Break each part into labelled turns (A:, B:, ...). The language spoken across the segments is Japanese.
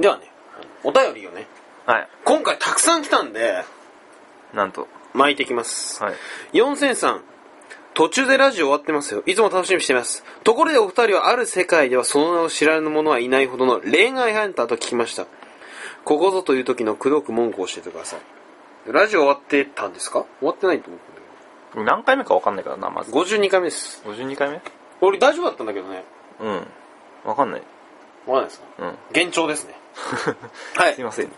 A: ではね、お便りをね、
B: はい。
A: 今回たくさん来たんで、
B: なんと。
A: 巻いていきます。
B: はい。
A: 四千さん、途中でラジオ終わってますよ。いつも楽しみにしています。ところでお二人はある世界ではその名を知られぬ者はいないほどの恋愛ハンターと聞きました。ここぞという時の口説く文句を教えてください。ラジオ終わってたんですか終わってないと思うんだ
B: 何回目かわかんないからな、ま
A: け
B: ず。
A: ど。52回目です。
B: 52回目
A: 俺大丈夫だったんだけどね。
B: うん。わかんない。
A: わかんないですか
B: うん。
A: 幻聴ですね。は
B: すい
A: い。
B: ません。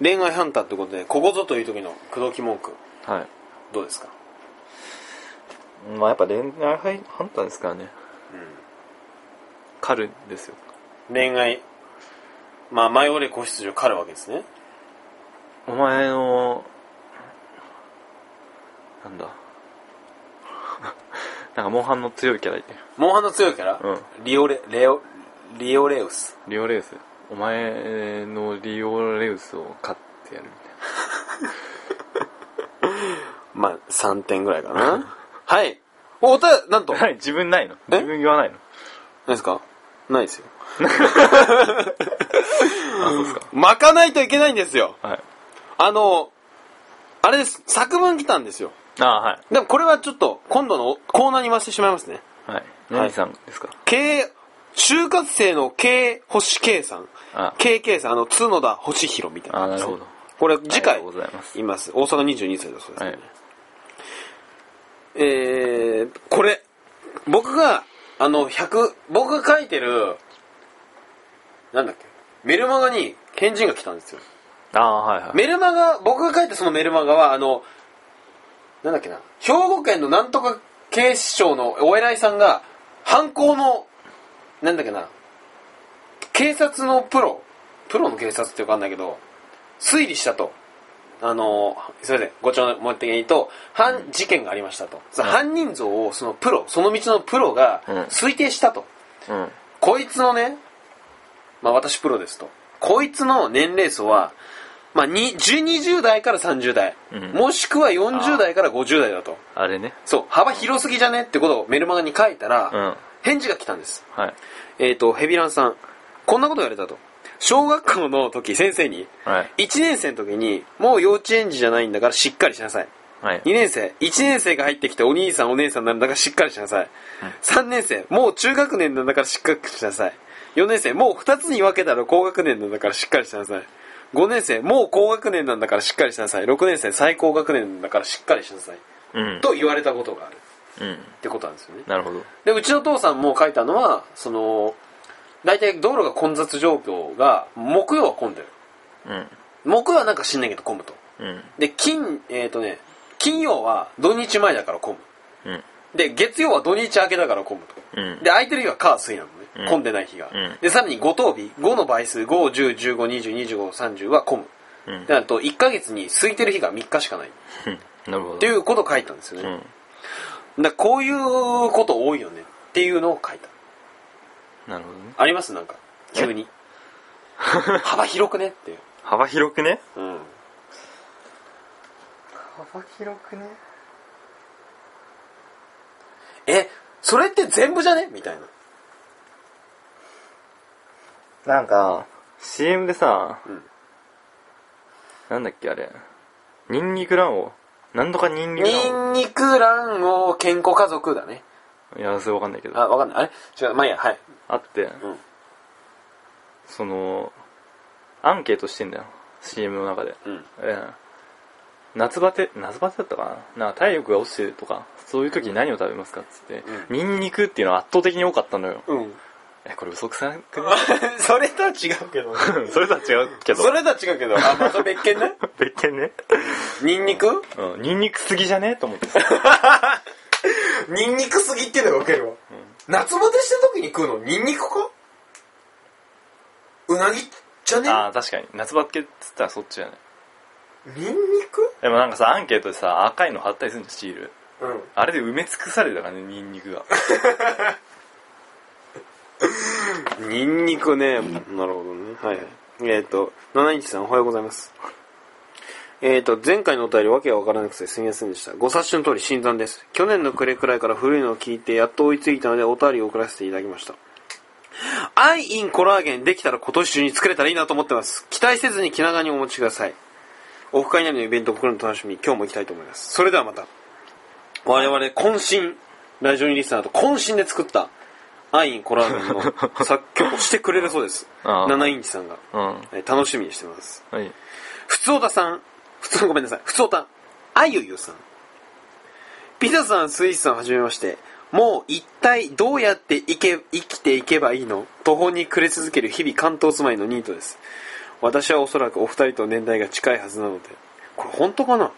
A: 恋愛ハンターってことで、ここぞという時の口説き文句、
B: はい。
A: どうですか
B: まあやっぱ恋愛ハンターですからね。狩るんですよ。
A: 恋愛、まあ、迷われ子羊を狩るわけですね。
B: お前の、なんだ。 なんかモンハンの強いキャラいて。
A: モンハンの強いキャラ、
B: う
A: リオレ、レオ、リオレウス。
B: リオレウス。お前のリオレウスを狩ってやるみたいな。
A: まあ、3点ぐらいかな。 はい。お、おた、なんと、
B: はい、自分 ないの
A: え
B: 自分言わないの
A: 何ですかないですよ。
B: あ、そうですか。
A: 巻かないといけないんですよ。
B: はい。
A: あの、あれです。作文来たんですよ。
B: あは
A: でもこれはちょっと、今度のコーナーに回してしまいますね。
B: い。はい。何さんですか
A: 経就活生の K 星 K さん
B: あ
A: KK さんあの角田星弘みたいな
B: あなるほど
A: これ次回
B: ありがとうございます
A: います大阪22歳だそうです、ね
B: はい。
A: えー、これ僕があの100僕が書いてるなんだっけメルマガに賢人が来たんですよ
B: ああ、はいはい。
A: メルマガ僕が書いたそのメルマガはあのなんだっけな兵庫県のなんとか警視庁のお偉いさんが犯行のなんだっけな警察のプロプロの警察ってわかんないけど推理したとあのすいませんごちょうもって言うと犯事件がありましたと、その犯人像をそのプロその道のプロが
B: うん
A: 推定したと、
B: うん。
A: こいつのね、まあ私プロですと。こいつの年齢層は、まあに10 20代から30代、
B: うん
A: もしくは40代から50代だと。
B: あれね。
A: そう、幅広すぎじゃねってことをメルマガに書いたら、
B: うん。は
A: 返事が来たんです。
B: い。
A: えっ、と、ヘビランさん、こんなこと言われたと。小学校の時、先生に、
B: はい。
A: 1年生の時に、もう幼稚園児じゃないんだからしっかりしなさい。
B: はい
A: 2。年生1年生が入ってきてお兄さんお姉さんになるんだからしっかりしなさい、3年生もう中学年なんだからしっかりしなさい4年生もう2つに分けたら高学年なんだからしっかりしなさい5年生もう高学年なんだからしっかりしなさい6年生最高学年なんだからしっかりしなさい
B: うん。
A: と言われたことがある
B: うん。
A: ってことなんですよね
B: なるほど。
A: でうちの父さんも書いたのはその大体道路が混雑状況が木曜は混んでる
B: うん。
A: 木曜はなんか知んないけど混むと
B: うん。
A: で金えっ、とね金曜は土日前だから混む
B: うん。
A: で月曜は土日明けだから混むと、
B: うん
A: で空いてる日は火水なのね、
B: うん
A: 混んでない日が、
B: うん
A: でさらに5等日5の倍数51015202530は混む、
B: うん
A: で。なると1ヶ月に空いてる日が3日しかないっ
B: なるほど。
A: ていうことを書いたんですよ
B: う
A: ね、
B: ん。
A: だからこういうこと多いよねっていうのを書いた
B: なるほどね。
A: ありますなんか急に幅広くねっていう、
B: 幅広くね
A: うん、
B: 幅広くね
A: えそれって全部じゃねみたいな
B: なんか、CM でさ、
A: うん
B: なんだっけあれ。ニンニク卵黄。なんとかニンニク
A: ニ
B: 卵
A: ンニク卵黄健康家族だね
B: 黄。いや、それわかんないけど。
A: あ
B: あ
A: わかんないあれ違うまあいいやはい
B: って、
A: うん
B: その、アンケートしてんだよ。CM の中で。
A: うん
B: ええ夏バテ夏バテだったかななんか体力が落ちてるとかそういう時に何を食べますかっつって、
A: う
B: ニンニクっていうのは圧倒的に多かったのよ
A: うん
B: えこれ嘘くさくね
A: それとは違うけどね
B: それとは違うけど
A: それとは違うけどあまた別件ね
B: 別件ね、
A: ニンニク
B: うん、ニンニクすぎじゃねと思って
A: ニンニクすぎっていうのがウケるわ、夏バテした時に食うのニンニクかうなぎじゃね
B: ああ確かに夏バテっつったらそっちじゃない
A: ニンニク
B: でもなんかさアンケートでさ赤いの貼ったりするんじゃんシール
A: うん
B: あれで埋め尽くされたからねニンニクが
A: ニンニクね、なるほどね。はいはい。えっ、と、七日さんおはようございます。えっ、と、前回のお便りわけがわからなくてすみませんでした。ご察しの通り新参です。去年の暮れくらいから古いのを聞いてやっと追いついたのでお便りを送らせていただきました。アイインコラーゲンできたら今年中に作れたらいいなと思ってます。期待せずに気長にお持ちください。オフ会などのイベントを僕の楽しみに今日も行きたいと思います。それではまた。我々渾身、ラジオにリスナーと渾身で作ったアイインコラーゲンの作曲をしてくれるそうです。
B: あー
A: 7インチさんが。
B: うん
A: えー楽しみにしてます。
B: はい
A: ふつおたさん。ふつ、ごめんなさい。ふつおた。あゆゆさん。ピザさん、スイーツさん、はじめまして。もう一体どうやっていけ生きていけばいいの途方に暮れ続ける日々関東住まいのニートです。私はおそらくお二人と年代が近いはずなので。これ本当かな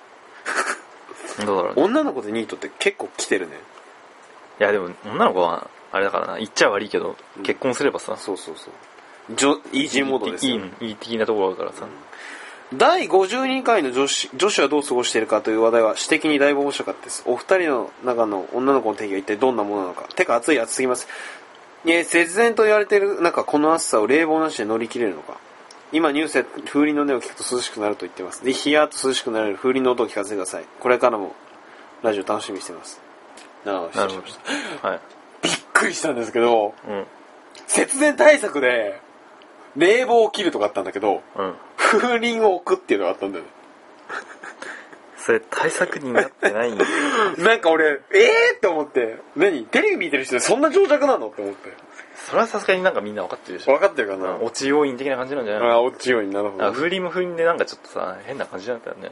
B: どうだろうね
A: 女の子でニートって結構来てるね。
B: いやでも女の子はあれだからな言っちゃ悪いけど
A: うん
B: 結婚すればさ
A: そうそうそう。じょイージーモードですよ、
B: いいいい的なところだからさ
A: 第52回の女子女子はどう過ごしているかという話題は私的にだいぶ面白かったですお二人の中の女の子の定義は一体どんなものなのかてか暑い暑すぎますいえ節電と言われている中この暑さを冷房なしで乗り切れるのか今ニュースで風鈴の音を聞くと涼しくなると言ってますでヒヤーと涼しくなれる風鈴の音を聞かせてくださいこれからもラジオ楽しみにしてますなるほど
B: な
A: 失
B: る
A: 礼し
B: ほ
A: ました
B: どはい
A: びっくりしたんですけど
B: うん
A: 節電対策で冷房を切るとかあったんだけど
B: うん
A: 風鈴を置くっていうのがあったんだよね
B: それ対策になってないんだよ
A: なんか俺、ええー、って思って、何テレビ見てる人でそんな情弱なのって思って。
B: それはさすがになんかみんな分かってるでしょ
A: 分かってるかな、
B: 落ち要因的な感じなんじゃない
A: あ
B: の
A: あ、落ちようになるほ
B: あ
A: ど。
B: 風鈴も風鈴でなんかちょっとさ変な感じだったよね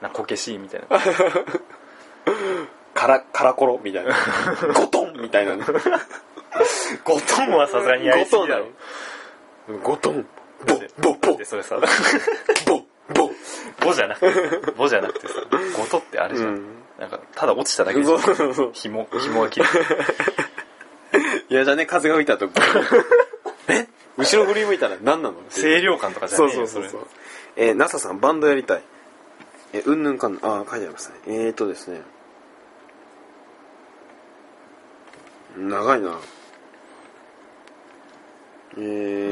B: なんかこけしいみたい な
A: カラ、カラコロみ たいな。ゴトンみたいなね。ゴトン
B: はさすがにやりすぎだろ
A: ゴトンだよ。ゴトン。ボ、ボ、ボ、
B: でそれさ
A: ボ、ボ。
B: 「ボ」じゃなくて「ボ」じゃなくてさ「ゴト」ってあれじゃん、
A: うん
B: なんかただ落ちただけでし
A: そ
B: ょ
A: うそう そう。
B: 紐紐が切れて
A: いやじゃね、風が吹いた と。え後ろ振り向いたら何なの
B: 清涼感とかじゃ
A: そ
B: ね
A: う
B: え
A: そう
B: よ
A: そうそう
B: れ。
A: えー、NASA さん、バンドやりたい。えー、うんぬんかんぬん、あー、書いてありますね。えーとですね。長いな。え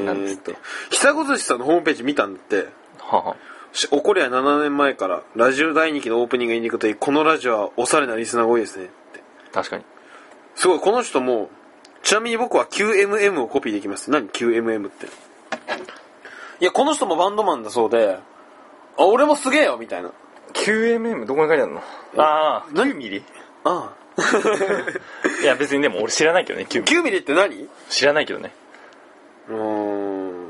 B: なんつ
A: ー
B: っ
A: と
B: て、
A: 久子寿司さんのホームページ見たんだって、
B: はは
A: し怒りは7年前から、ラジオ第2期のオープニングエンディングといい、このラジオはおしゃれなリスナーが多いですね。って
B: 確かに
A: すごい、この人も、ちなみに僕は QMM をコピーできます。何 ?QMM って。いや、この人もバンドマンだそうで、あ、俺もすげえよみたいな。
B: 9mm どこに書いてあるのああ
A: 何
B: 9mm
A: ああ。
B: いや別にでも俺知らないけどね 9mm
A: 9ミリって何う
B: 知らないけどね
A: ーん。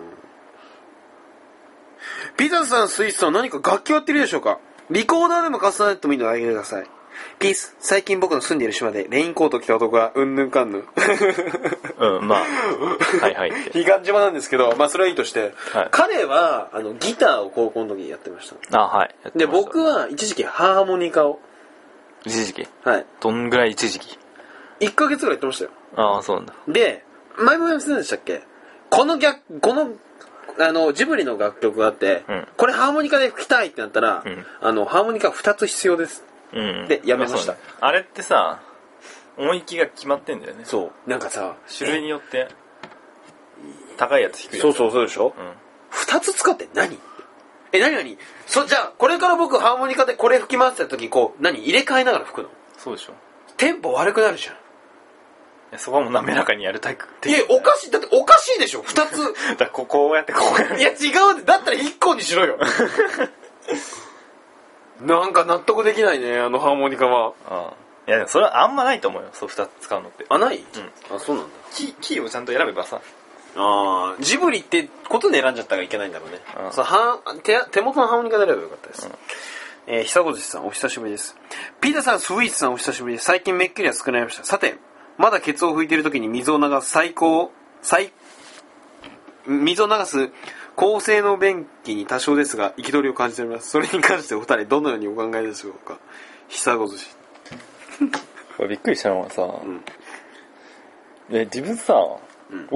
A: ピザさん、スイーツさん、何か楽器をやってるでしょうかリコーダーでも重ねてもいいのであげてください。ピース、最近僕の住んでいる島でレインコートを着た男がうんぬんかんぬん。
B: うん まあはいはいって
A: 彼岸島なんですけど、まあそれはいいとして、
B: はい
A: 彼は、あの、ギターを高校の時にやってました。
B: あはいやって
A: で、
B: ました
A: 僕は一時期ハーモニカを、
B: 一時期
A: はい。
B: どんぐらい一時期
A: 1ヶ月ぐらいやってましたよ。
B: ああそうなんだ
A: で、前も言いませんでしたっけこの逆、この、あの、ジブリの楽曲があって、
B: うん
A: これハーモニカで吹きたいってなったら、
B: うん
A: あの、ハーモニカ2つ必要です。
B: うん
A: でやめました
B: あそうねあれってさ音域が決まってんだよね
A: そう。なんかさ、
B: 種類によって高いやつ低いやつ
A: そうそうそうでしょ、
B: うん
A: 二 ?2 つ使って何え、何何そ、じゃあ、これから僕ハーモニカでこれ吹きますって時にこう、何入れ替えながら吹くの
B: そうでしょい
A: テンポ悪くなるじゃん。
B: やそこはもう滑らかにやるタイプ
A: いや、おかしい、だっておかしいでしょ二つ。
B: だからここをやってこうやる
A: いや、違うだったら一個にしろよ。 なんか納得できないね、あのハーモニカは。
B: ああいやでもそれはあんまないと思うよそう2つ使うのって
A: あ、ない、
B: う
A: あ、そうなんだ。
B: キーキーをちゃんと選べばさ
A: ああ、ジブリってことで選んじゃったらいけないんだろうね。
B: うん
A: そうは手手元のハーモニカで選べばよかったです。えー、久子寿司さん、お久しぶりです。ピーターさん、スイーツさん、お久しぶりです。最近めっきりは少ないました。さて、まだケツを拭いている時に水を流す最高、最、水を流す高性能便器に多少ですが、憤りを感じております。それに関してお二人、どのようにお考えでしょうか久子寿司。
B: これびっくりしたのはさ、
A: ん
B: え自分さ、
A: ん
B: ウ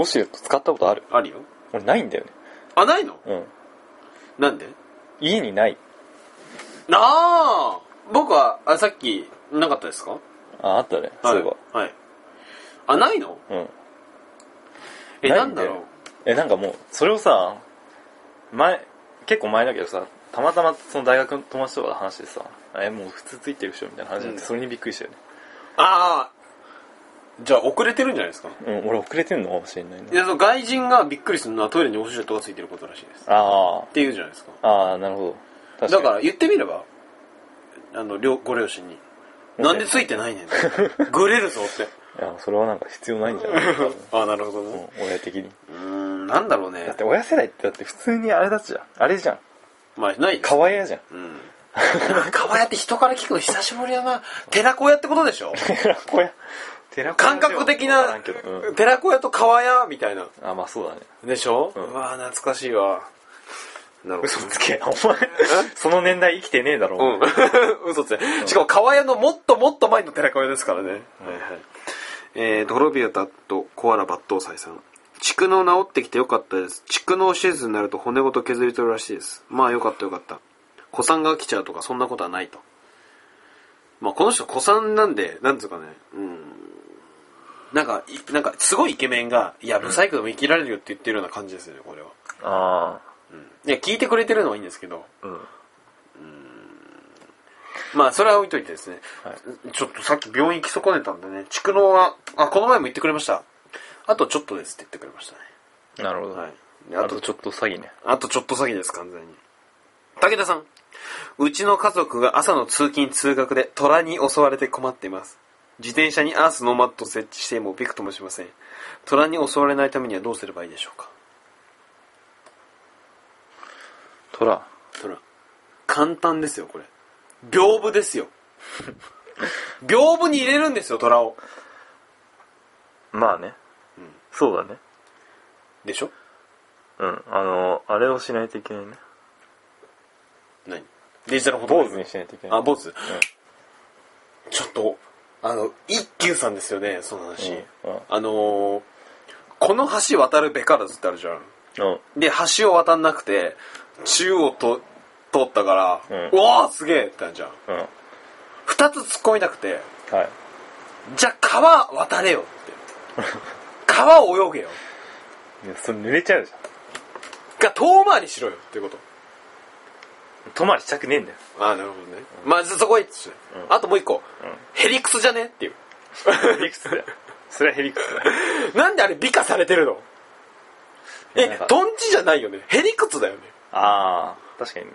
B: ォシュレット使ったことある
A: あるよ。
B: 俺ないんだよね
A: あ、ないの
B: うん
A: なんで
B: 家にない
A: なあ僕は、あ、さっき、なかったですか
B: ああったねそういえば、
A: はい。はい、あ、ないの
B: うん
A: え、
B: な
A: ないん
B: んだ
A: だ
B: よ
A: ろう。
B: えなんかもうそれをさ前結構前だけどさたまたまその大学の友達とかの話でさえもう普通ついてるっしょみたいな話になって、
A: うん
B: それにびっくりしたよね
A: ああ、じゃあ遅れてるんじゃないですか
B: うん、俺遅れてんのかもしれない
A: い
B: な。
A: やその外人がびっくりするのはトイレにオフショットがついてることらしいですっ
B: あ
A: ていうじゃないですか
B: あ、ああ、なるほど。、
A: だからら言ってみればあの両ご両親に「
B: もうね
A: なんでついてないねん」 グレるぞ」って
B: いや、それはなんか必要ないんじ ゃない多分
A: ああなるほど
B: う
A: ね
B: ん、親的に。
A: うーんなんだろう
B: だっ
A: ね
B: て親世代ってだって普通にあれだっちじゃん。あれじゃん。
A: まあないです
B: かわいやじゃん。
A: う んかわやって人から聞くの久しぶりだな寺子屋ってことでしょ
B: 寺子屋。寺子屋
A: 感
B: では
A: 覚的
B: わから
A: なん
B: けどうん
A: 寺子屋と川屋みたいな
B: あ、まあそうだね。
A: でしょ、うんわ懐かしいわなるほど
B: 嘘つけ。お前、その年代生きてねえだろ。
A: うん。 嘘つけ。しかも、川屋のもっともっと前の寺川屋ですからね。はいはい。えー、ドロビアタとコアラ抜刀斎さん。蓄能治ってきてよかったです。蓄能手術になると骨ごと削り取るらしいです。まあよかったよかった。古参が来ちゃうとかそんなことはないと。まあこの人古参なんで、なんつうかね、うん。なんか、いなんかすごいイケメンが、いや、ブサイクでも生きられるよって言ってるような感じですよね、これは。
B: あ
A: いや、聞いてくれてるのはいいんですけど、
B: あ。うん。
A: まあそれは置いといてですね、
B: は
A: ちょっとさっき病院行き損ねたんでね蓄能はあこの前も言ってくれましたあとちょっとですって言ってくれましたね
B: なるほど。
A: はいであ
B: あ
A: と
B: とちょっと詐欺ね。
A: あとちょっと詐欺です完全に武田さんうちの家族が朝の通勤通学で虎に襲われて困っています自転車にアースのマットを設置してもびくともしません虎に襲われないためにはどうすればいいでしょうか
B: トラ。
A: 虎簡単ですよこれ屏風ですよ 屏風に入れるんですよ虎を
B: まあね。そうだね。
A: でしょ
B: うん。あの、あれをしないといけないね。
A: 何デジタルフォト
B: 坊主にしないといけない。
A: あ、坊主、ちょっと、あの、一休さんですよね、その話。
B: うんうん
A: あのーこの橋渡るべからずってあるじゃん。
B: うん。
A: で、橋を渡んなくて、中央と通ったから、う
B: うん
A: わーすげえってなるじゃん。
B: うん。
A: 二つ突っ込みなくて、
B: はい。
A: じゃあ川渡れよ って。川を泳げよ。
B: いや、それ濡れちゃうじゃ
A: が遠回りしろよっていうこと。
B: ん。泊まりしたくねえんだよ。
A: ああ、なるほどね。まあ、じゃあそこへ、あともう一個、ヘリクスじゃねっていう。
B: ヘリクス だよ。それはヘリクスだよ。
A: なんであれ美化されてるの
B: いやな
A: え
B: んか、
A: トンチじゃないよね。ヘリクツだよね。
B: ああ、確かにね。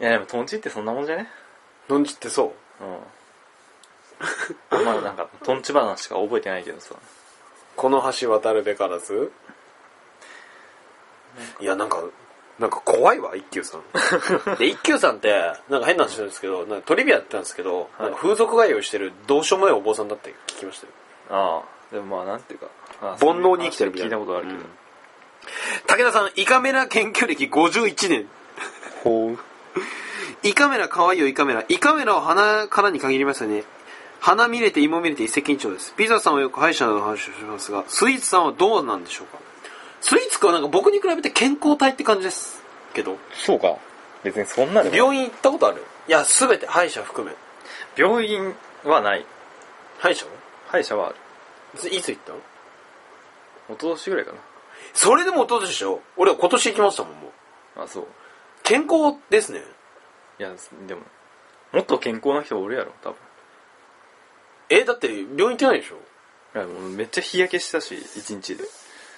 B: いや、でも、トンチってそんなもんじゃね
A: トンチってそう。
B: うん。あんまなんか、トンチ話しか覚えてないけどさ。
A: この橋渡るべからず。いや、なんか、なんか怖いわ、一休さ ん。で、一休さんって、なんか変な話なんですけど、なんかトリビアやってたんですけど、なんか風俗害をしてるどうしようもないお坊さんだって聞きましたよ。
B: ああ、でもまあ、なんていうか。煩
A: 煩悩に生きてるみた
B: 聞
A: い
B: い
A: な
B: たことあるけど。
A: うん武田さん、胃カメラ研究歴51年。
B: ほう。
A: 胃カメラ可愛いよ胃カメラ胃カメラは鼻からに限りましたね鼻見れて芋見れて一石二鳥ですピザさんはよく歯医者の話をしますがスイーツさんはどうなんでしょうかスイーツくんはなんか僕に比べて健康体って感じですけど
B: そうか。別にそんなでも。
A: 病院行ったことあるいや全て歯医者含め
B: 病院はない。
A: 歯医者は
B: 歯医者はある。
A: それいつ行ったの
B: 一昨年ぐらいか
A: それでも一昨年でしょ俺は今年行きましたもんもう
B: な。あ、そう。
A: 健康ですね
B: いや、でも、もっと健康な人おるやろ、多分。
A: えだって病院行ってないでしょ
B: いや、もうめっちゃ日焼けしたし、一日で。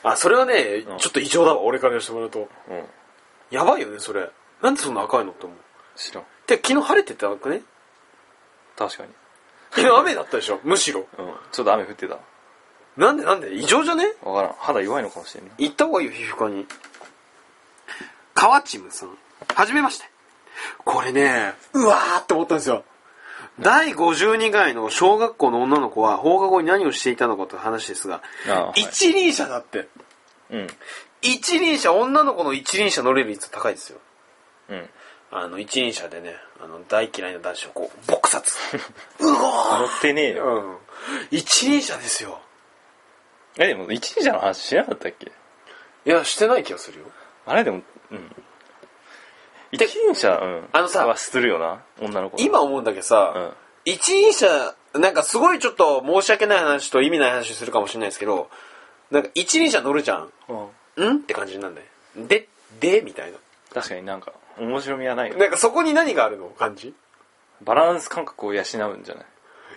A: あそれはね、
B: うん
A: ちょっと異常だわ俺からしてもらうと
B: うん。
A: やばいよねそれなんでそんな赤いのって思う
B: 知らん。
A: で昨日晴れてたわけね
B: 確かに。
A: 昨日雨だったでしょ むしろ
B: うん。ちょっと雨降ってた。
A: なんでなんで異常じゃね
B: わからん。肌弱いのかもしれんな。
A: 行った方がいいよ皮膚科に川チムさんはじめましてこれねうわーって思ったんですよ第52回の小学校の女の子は放課後に何をしていたのかという話ですが、
B: ああはい
A: 一輪車だって
B: うん。
A: 一輪車女の子の一輪車乗れる率高いですよ
B: うん。
A: あの一輪車でねあの大嫌いな男子をこう撲殺 う
B: 乗
A: わ
B: ってねえ
A: ー、
B: よ。
A: うん、一輪車ですよ
B: え、でも、一時の話しなかったっけ
A: いやしてない気がするよ
B: あれでも、うん。一輪車、うん。
A: あのさ
B: はするよな、女の子。
A: 今、思うんだけどさ、
B: うん
A: 一輪車なんかすごいちょっと申し訳ない話と意味ない話するかもしれないですけどなんか一輪車乗るじゃん
B: うん。
A: んって感じになんだよででみたいな
B: 確かになんか、面白みはないよ。
A: なんかそこに何があるの感じ
B: バランス感覚を養うんじゃない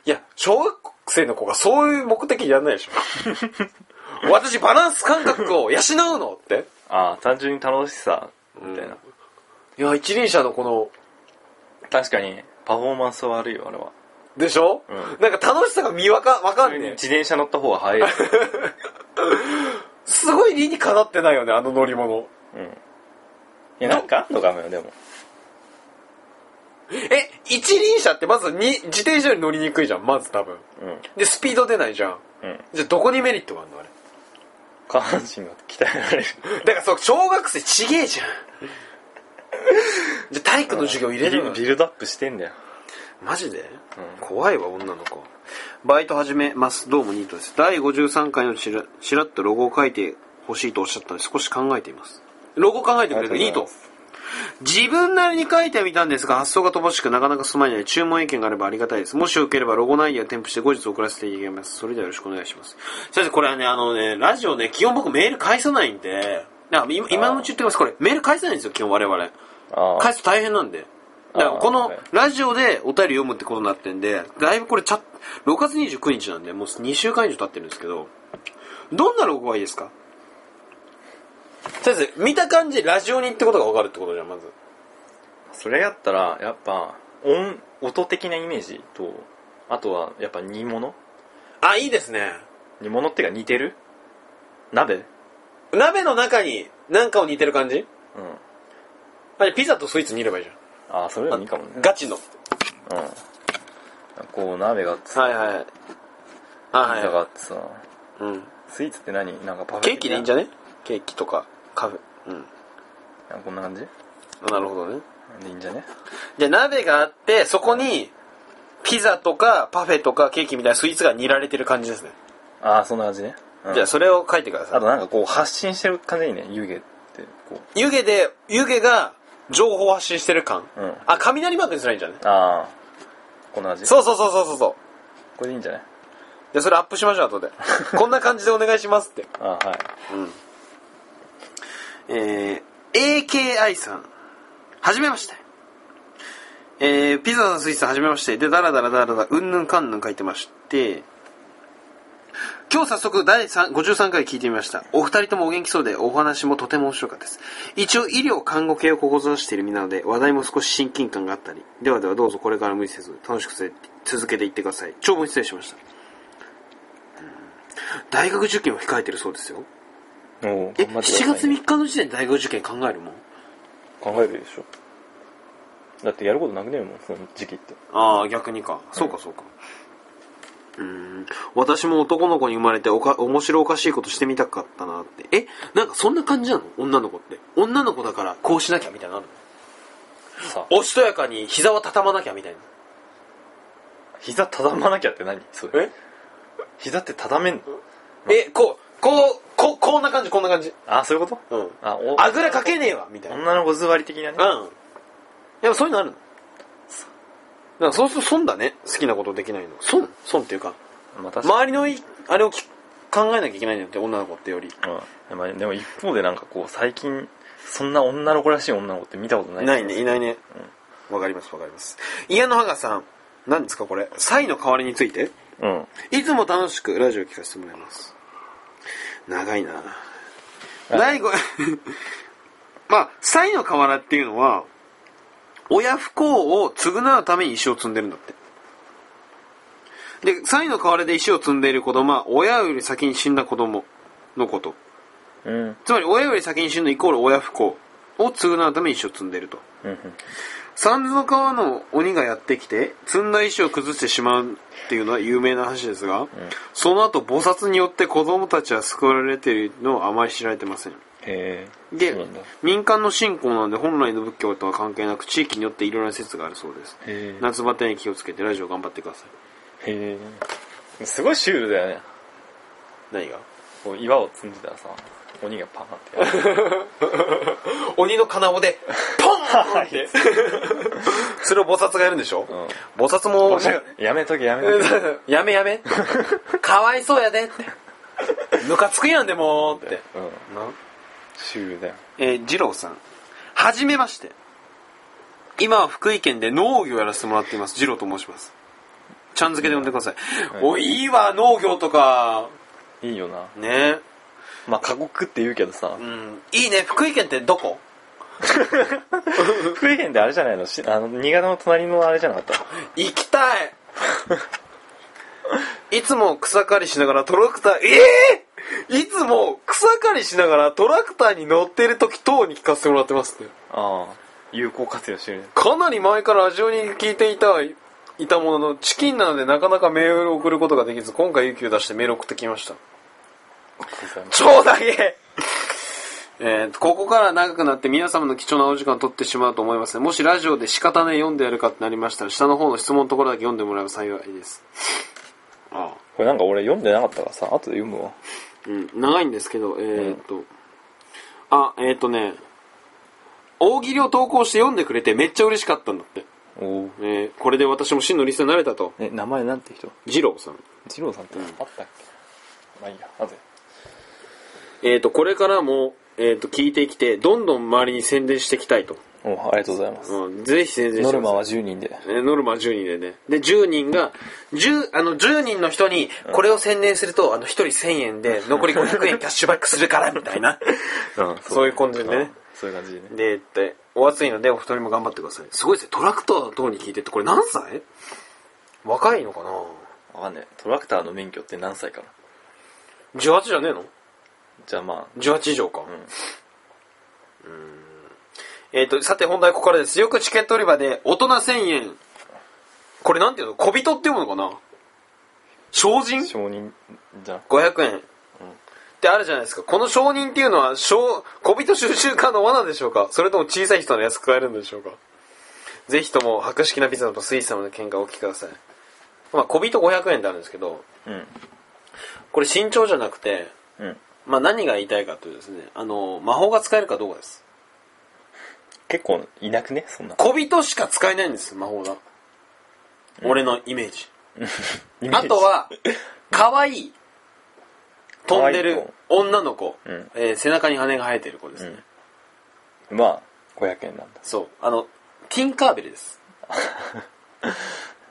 A: いや、小学生の子がそういう目的やんないでし ょ。私、バランス感覚を養うのって。
B: ああ単純に楽しさみたいな、
A: いや、一輪車のこの、
B: 確かにパフォーマンス悪いよあれは
A: でしょ、
B: う
A: なんか楽しさが見わか、わかんねえ。
B: 自転車乗った方 が早い、
A: すごい理にかなってないよね、あの乗り物。
B: うん、いやなんかあんのかもよでも
A: え、一輪車ってまずに自転車より乗りにくいじゃん、まず多分。
B: うん
A: で、スピード出ないじゃん。
B: うん
A: じゃあどこにメリットがあるのあれ。
B: 下半身が鍛えられる
A: だからそう、小学生ちげえじゃん。じゃあ体育の授業入れるの
B: ビルビルドアップしてんだよ
A: マジで、
B: うん
A: 怖いわ女の子バイト始めますどうもニートです第53回のちらちらっとロゴを書いてほしいとおっしゃったので少し考えていますロゴ考えてくれる
B: あ
A: ニ
B: り
A: ー
B: がとう
A: ト
B: ございま
A: 自分なりに書いてみたんですが発想が乏しくなかなか進まないので注文意見があればありがたいですもしよければロゴのアイデアを添付して後日送らせていただきますそれではよろしくお願いします先生これはねあのねラジオね基本僕メール返さないんであ今今のうち言ってますこれメール返さないんですよ基本我々
B: ああ
A: 返すと大変なんで。だからこ
B: あー
A: の
B: はい
A: ラジオでお便り読むってことになってんで、だいぶこれチャット、6月29日なんで、もう2週間以上経ってるんですけど、どんなロゴがいいですか先生、見た感じラジオにってことがわかるってことじゃん、まず。
B: それやったらやっぱ音音的なイメージとあとはやっぱ煮物
A: あ、いいですね。
B: 煮物っていうか似てる鍋
A: 鍋の中に何かを似てる感じ
B: うん
A: あれピザとスイーツ煮ればいいじ
B: ああそれ
A: ゃ
B: よ
A: ん。
B: りいいかもね
A: ガチの。
B: うんこう鍋がつ
A: はいはい。あ
B: ピザ
A: は
B: がつさ
A: い。うん。
B: スイーツって何なんかパフェ
A: ケーキでいいんじゃ
B: ね
A: ねケーキとかカフェ。うん。
B: こんな感じ
A: あなるほどね。
B: でいいんじゃね
A: で鍋があってそこにピザとかパフェとかケーキみたいなスイーツが煮られてる感じですね、
B: ああそんな感じね、うん
A: じゃあそれを書いてくださ
B: あ
A: い
B: となんかこう発信してる感じいいね湯気ってこ
A: 湯気で湯気が情報を発信してる感、
B: うん
A: あ雷マークにすればいいんじゃない
B: あああこんな感じ
A: そうそうそうそうそうそう
B: これでいいんじゃない
A: じゃあそれアップしましょう後でこんな感じでお願いしますって
B: ああはい
A: えー、AKI さんはじめましてえー、ピザのスイーツはじめましてでダラダラダラダうんぬんかんぬん書いてまして今日早速第3 53回聞いてみましたお二人ともお元気そうでお話もとても面白かったです一応医療看護系を志している身なので話題も少し親近感があったりではではどうぞこれから無理せず楽しくせ続けていってください長文失礼しましたうん大学受験を控えてるそうですよ
B: おお
A: え、
B: 頑張
A: 7
B: ってくださいね
A: 月3日の時点で大学受験考えるもん。
B: 考えるでしょだってやることなくねえもんその時期って
A: ああ、逆にか。そうか、そうか。うーん。私も男の子に生まれておか、面白おかしいことしてみたかったなって。え、なんかそんな感じなの女の子って。女の子だからこうしなきゃみたいなのある
B: さ
A: のおしとやかに膝は畳まなきゃみたいな。
B: 膝畳まなきゃって何それ膝って畳めんの
A: え、こう、こう、こう、こんな感じ、こんな感じ。
B: ああそういうこと
A: うん。
B: あお
A: あぐらかけねえわみたいな。
B: 女の子座り的なね
A: うん。でもそういうのあるのなんかそうすると損だね。好きなことできないの。損損っていうか。
B: まあ確かに
A: 周りのいあれをき考えなきゃいけないんだって女の子ってより
B: うんまあ、でも一方でなんかこう最近そんな女の子らしい女の子って見たことない
A: ないねいないねわ、かりますわかります家の母さん何ですかこれサイの代わりについて
B: うん
A: いつも楽しくラジオ聞かせてもらいます長いな
B: あ
A: 第5 まあサイの代わらっていうのは親不幸を償うために石を積んでるんだってでサイの代わりで石を積んでいる子供は親より先に死んだ子供のこと
B: うんうん
A: つまり親より先に死ぬイコール親不幸を償うために石を積んでいると
B: うん
A: 三途の川の鬼がやってきて積んだ石を崩してしまうっていうのは有名な話ですが、その後菩薩によって子供たちは救われているのをあまり知られてません
B: へえ
A: で
B: そうなんだへ
A: 民間の信仰なので本来の仏教とは関係なく地域によっていろいろな説があるそうです
B: え
A: 夏バテに気をつけてラジオ頑張ってください
B: へえすごいシュールだよね
A: 何が
B: こう岩を積んでたらさ鬼がパーンってやる
A: 鬼の金棒で ポンってそれを菩薩がやるんでしょ、
B: う
A: 菩薩も
B: やめとけやめと け
A: やめやめ。かわいそうやでって。ムカつくやんでもって。
B: うんシュールだよ
A: えー、二郎さん。はじめまして。今は福井県で農業をやらせてもらっています。二郎と申します。ちゃん漬けで呼んでください、おいいいわ農業とか
B: いいよな
A: ね
B: まあ過酷って言うけどさ
A: うんいいね福井県ってどこ
B: 福井県ってあれじゃないのしあの新潟の隣の あれじゃなかった
A: 行きたいいつも草刈りしながらトラクターええいつも草刈りしながらトラクターに乗ってる時等に聞かせてもらってますね
B: ああ有効活用してるね
A: かなり前からラジオに聞いていたいたもののチキンなのでなかなかメールを送ることができず今回勇気を出してメールを送ってきました超だけ えーここから長くなって皆様の貴重なお時間を取ってしまうと思いますねもしラジオで仕方ねえ読んでやるかってなりましたら下の方の質問のところだけ読んでもらえば幸いですああ
B: これなんか俺読んでなかったからさ後で読むわ
A: うん長いんですけどえーっと、あえーっとね大喜利を投稿して読んでくれてめっちゃ嬉しかったんだって、
B: おお
A: えーこれで私も真のリスナーになれたと
B: え名前なんて人
A: 二郎さん
B: 二郎さんってあったっけ、まあいいやなぜ
A: えー、とこれからも、えー、と聞いてきてどんどん周りに宣伝していきたいと、
B: おありがとうございます
A: うん、ぜひ宣伝してください
B: ノルマは10人で
A: えーノルマは10人でねで10人が 10, あの10人の人にこれを宣伝するとあの1人1000円で残り500円キャッシュバックするからみたい な
B: うん
A: そういう感じでね
B: うんそういう感じでね
A: でってお熱いのでお二人も頑張ってくださいすごいですねトラクター等に聞いてってこれ何歳若いのかな
B: わかんねえトラクターの免許って何歳かな
A: 18じゃねえの
B: じゃあまあ
A: 18以上か、うーんえっ、とさて本題ここからですよくチケット売り場で大人1000円これなんていうの小人って読むのかな精進
B: 承認じゃん
A: 500円、ってあるじゃないですかこの承認っていうのは小小人収集家の罠でしょうかそれとも小さい人の安く買えるんでしょうかぜひとも博識なピザとスイス様の喧嘩をお聞きくださいまあ小人500円ってあるんですけど
B: うん
A: これ身長じゃなくて
B: うん
A: まあ何が言いたいかというとですねあの魔法が使えるかどうかです
B: 結構いなくねそんな
A: 小人しか使えないんです魔法が、俺のイメージ
B: イメー
A: あ
B: ジ
A: とは可愛い飛んでる女の子、
B: うん
A: えー背中に羽が生えてる子ですね、
B: うんまあ500円なんだ
A: そうあのティンカーベルです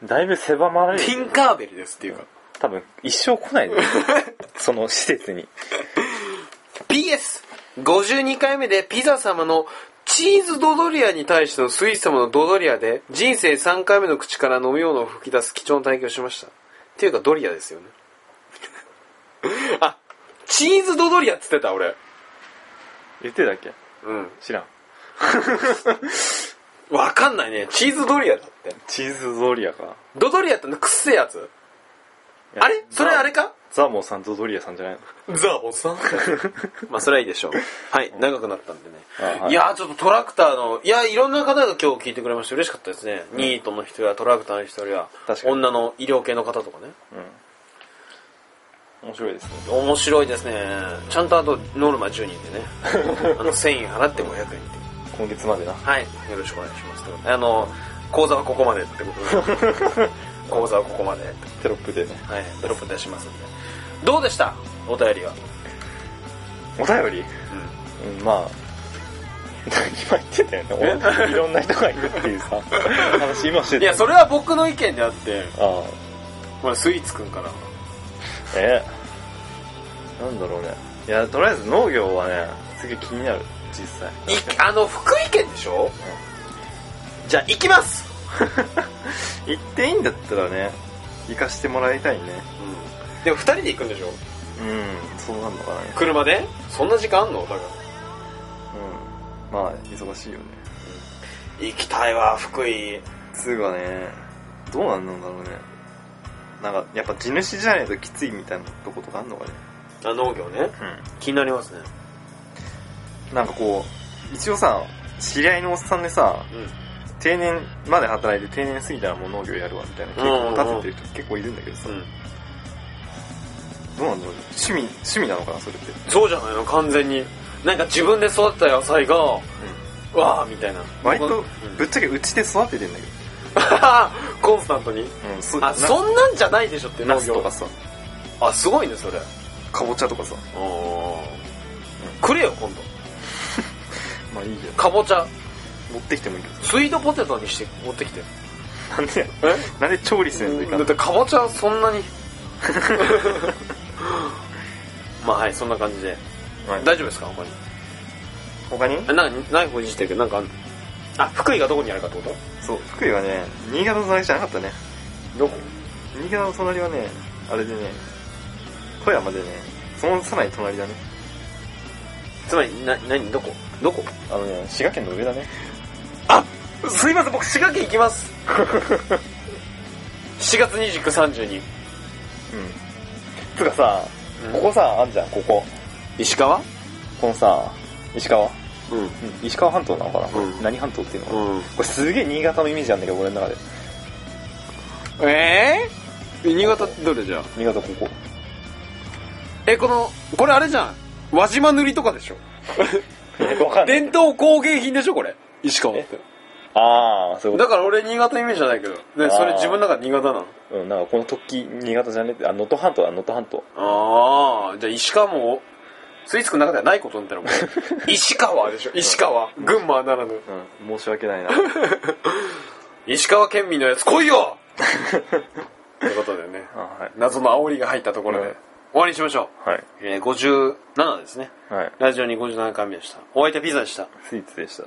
B: だいぶ狭まられ
A: テ
B: る
A: ィンカーベルですっていうか
B: 多分一生来 ないねその施設に
A: PS52 回目でピザ様のチーズドドリアに対してのスイス様のドドリアで人生3回目の口から飲み物を吹き出す貴重な体験をしましたっていうかドリアですよね あチーズドドリアっつってた俺
B: 言ってたっけ
A: うん
B: 知らん
A: わかんないねチーズドリアだって
B: チーズドリアか
A: ドドリアってのくっせえやつあれそれあれか
B: ザーモンさんとドリアさんじゃないの
A: ザおっさん まあそれはいいでしょうはい長くなったんでね、
B: あはい
A: い、やーちょっとトラクターのいやーいろんな方が今日聞いてくれまして嬉しかったですね、ニートの人やトラクターの人や
B: 確かに
A: 女の医療系の方とかね
B: 面白いですね
A: 面白いですねちゃんとあとノルマ10人でね あの1000円払って500円って
B: 今月までな
A: はいよろしくお願いしますということであの講座はここまでってこと で講座はここまで
B: テロップでね
A: はいドロップ出しますんでどうでしたお便りは、
B: お便りうんまあ今言ってたよねおいろんな人がいるっていう さ話今して
A: い
B: た
A: やそれは僕の意見であって
B: あ
A: これスイーツくんから
B: あえなんだろうねいやとりあえず農業はねすげえ気になる実際
A: いあの福井県でしょ、じゃあ行きます、
B: 行っていいんだったらね行かしてもらいたいね
A: でも2人で行くんでしょ
B: うんそうなんのかなね
A: 車でそんな時間あんのだから
B: うんまあ忙しいよね
A: 行きたいわ福井
B: つうかねどうなんなんだろうねなんかやっぱ地主じゃないときついみたいなとことかあんのかね
A: あ農業ね気になりますね
B: うんなんかこう一応さ知り合いのおっさんでさ定年まで働いて定年過ぎたらもう農業やるわみたいな計画を立ててる人結構いるんだけどさ、
A: うん、
B: どうなんだろうね趣味趣味なのかなそれって
A: そうじゃないの完全になんか自分で育てた野菜がわあみたいな
B: 割
A: う
B: と
A: ん
B: ぶっちゃけうちで育ててんだけ
A: コンスタントに
B: ど、うん、そ
A: あそんなんじゃないでしょって
B: ナ
A: 農
B: スと
A: 業
B: かさ
A: あすごいねそれ
B: かぼちゃとかさ
A: くれよ今度
B: まあいいけど
A: かぼちゃ
B: 持ってきてもいいけど
A: スイートポテトにして持ってきて
B: なんでや
A: え
B: なんで調理せんといかん
A: だってかぼちゃそんなに まあはいそんな感じで
B: はい
A: 大丈夫ですか他に
B: 他に
A: えなナイフをいじってるけどなんかあんのあ福井がどこにあるかってこと
B: そう福井はね新潟の隣じゃなかったね
A: どこ
B: 新潟の隣はねあれでね富山でねそのさらに隣だね
A: つまりな何どこどこ
B: あのね滋賀県の上だね
A: あすいません僕滋賀県行きます 7月2930に
B: うんつうかさ
A: うん
B: ここさあんじゃんここ
A: 石川
B: このさ石川
A: うん
B: うん石川半島なのかな、これ
A: うん
B: 何半島っていうの、こ
A: うん
B: れすげえ新潟のイメージなんだけど俺の中で
A: ええ新潟ってどれじゃあ
B: 新潟ここ
A: えこのこれあれじゃん輪島塗りとかでしょ
B: わかんない
A: 伝統工芸品でしょこれ石川って
B: ああそういう
A: だ
B: こ
A: から俺新潟のイメージじゃないけどね
B: あー
A: それ自分の中で新潟なの
B: とうんなんかこの時新潟じゃねえあ能登半島だ能登半島
A: ああじゃあ石川もスイスクの中ではないことみたいなも ん石川でしょ石川群馬ならぬ
B: うん申し訳ない な
A: 石川県民のやつ来いよと いうことでね
B: あはい
A: 謎の煽りが入ったところで、
B: うん
A: 終わりにしましょ、
B: はいう
A: えー、57ですね
B: はい
A: ラジオに57回目でしたお相手はピザでした
B: スイーツでした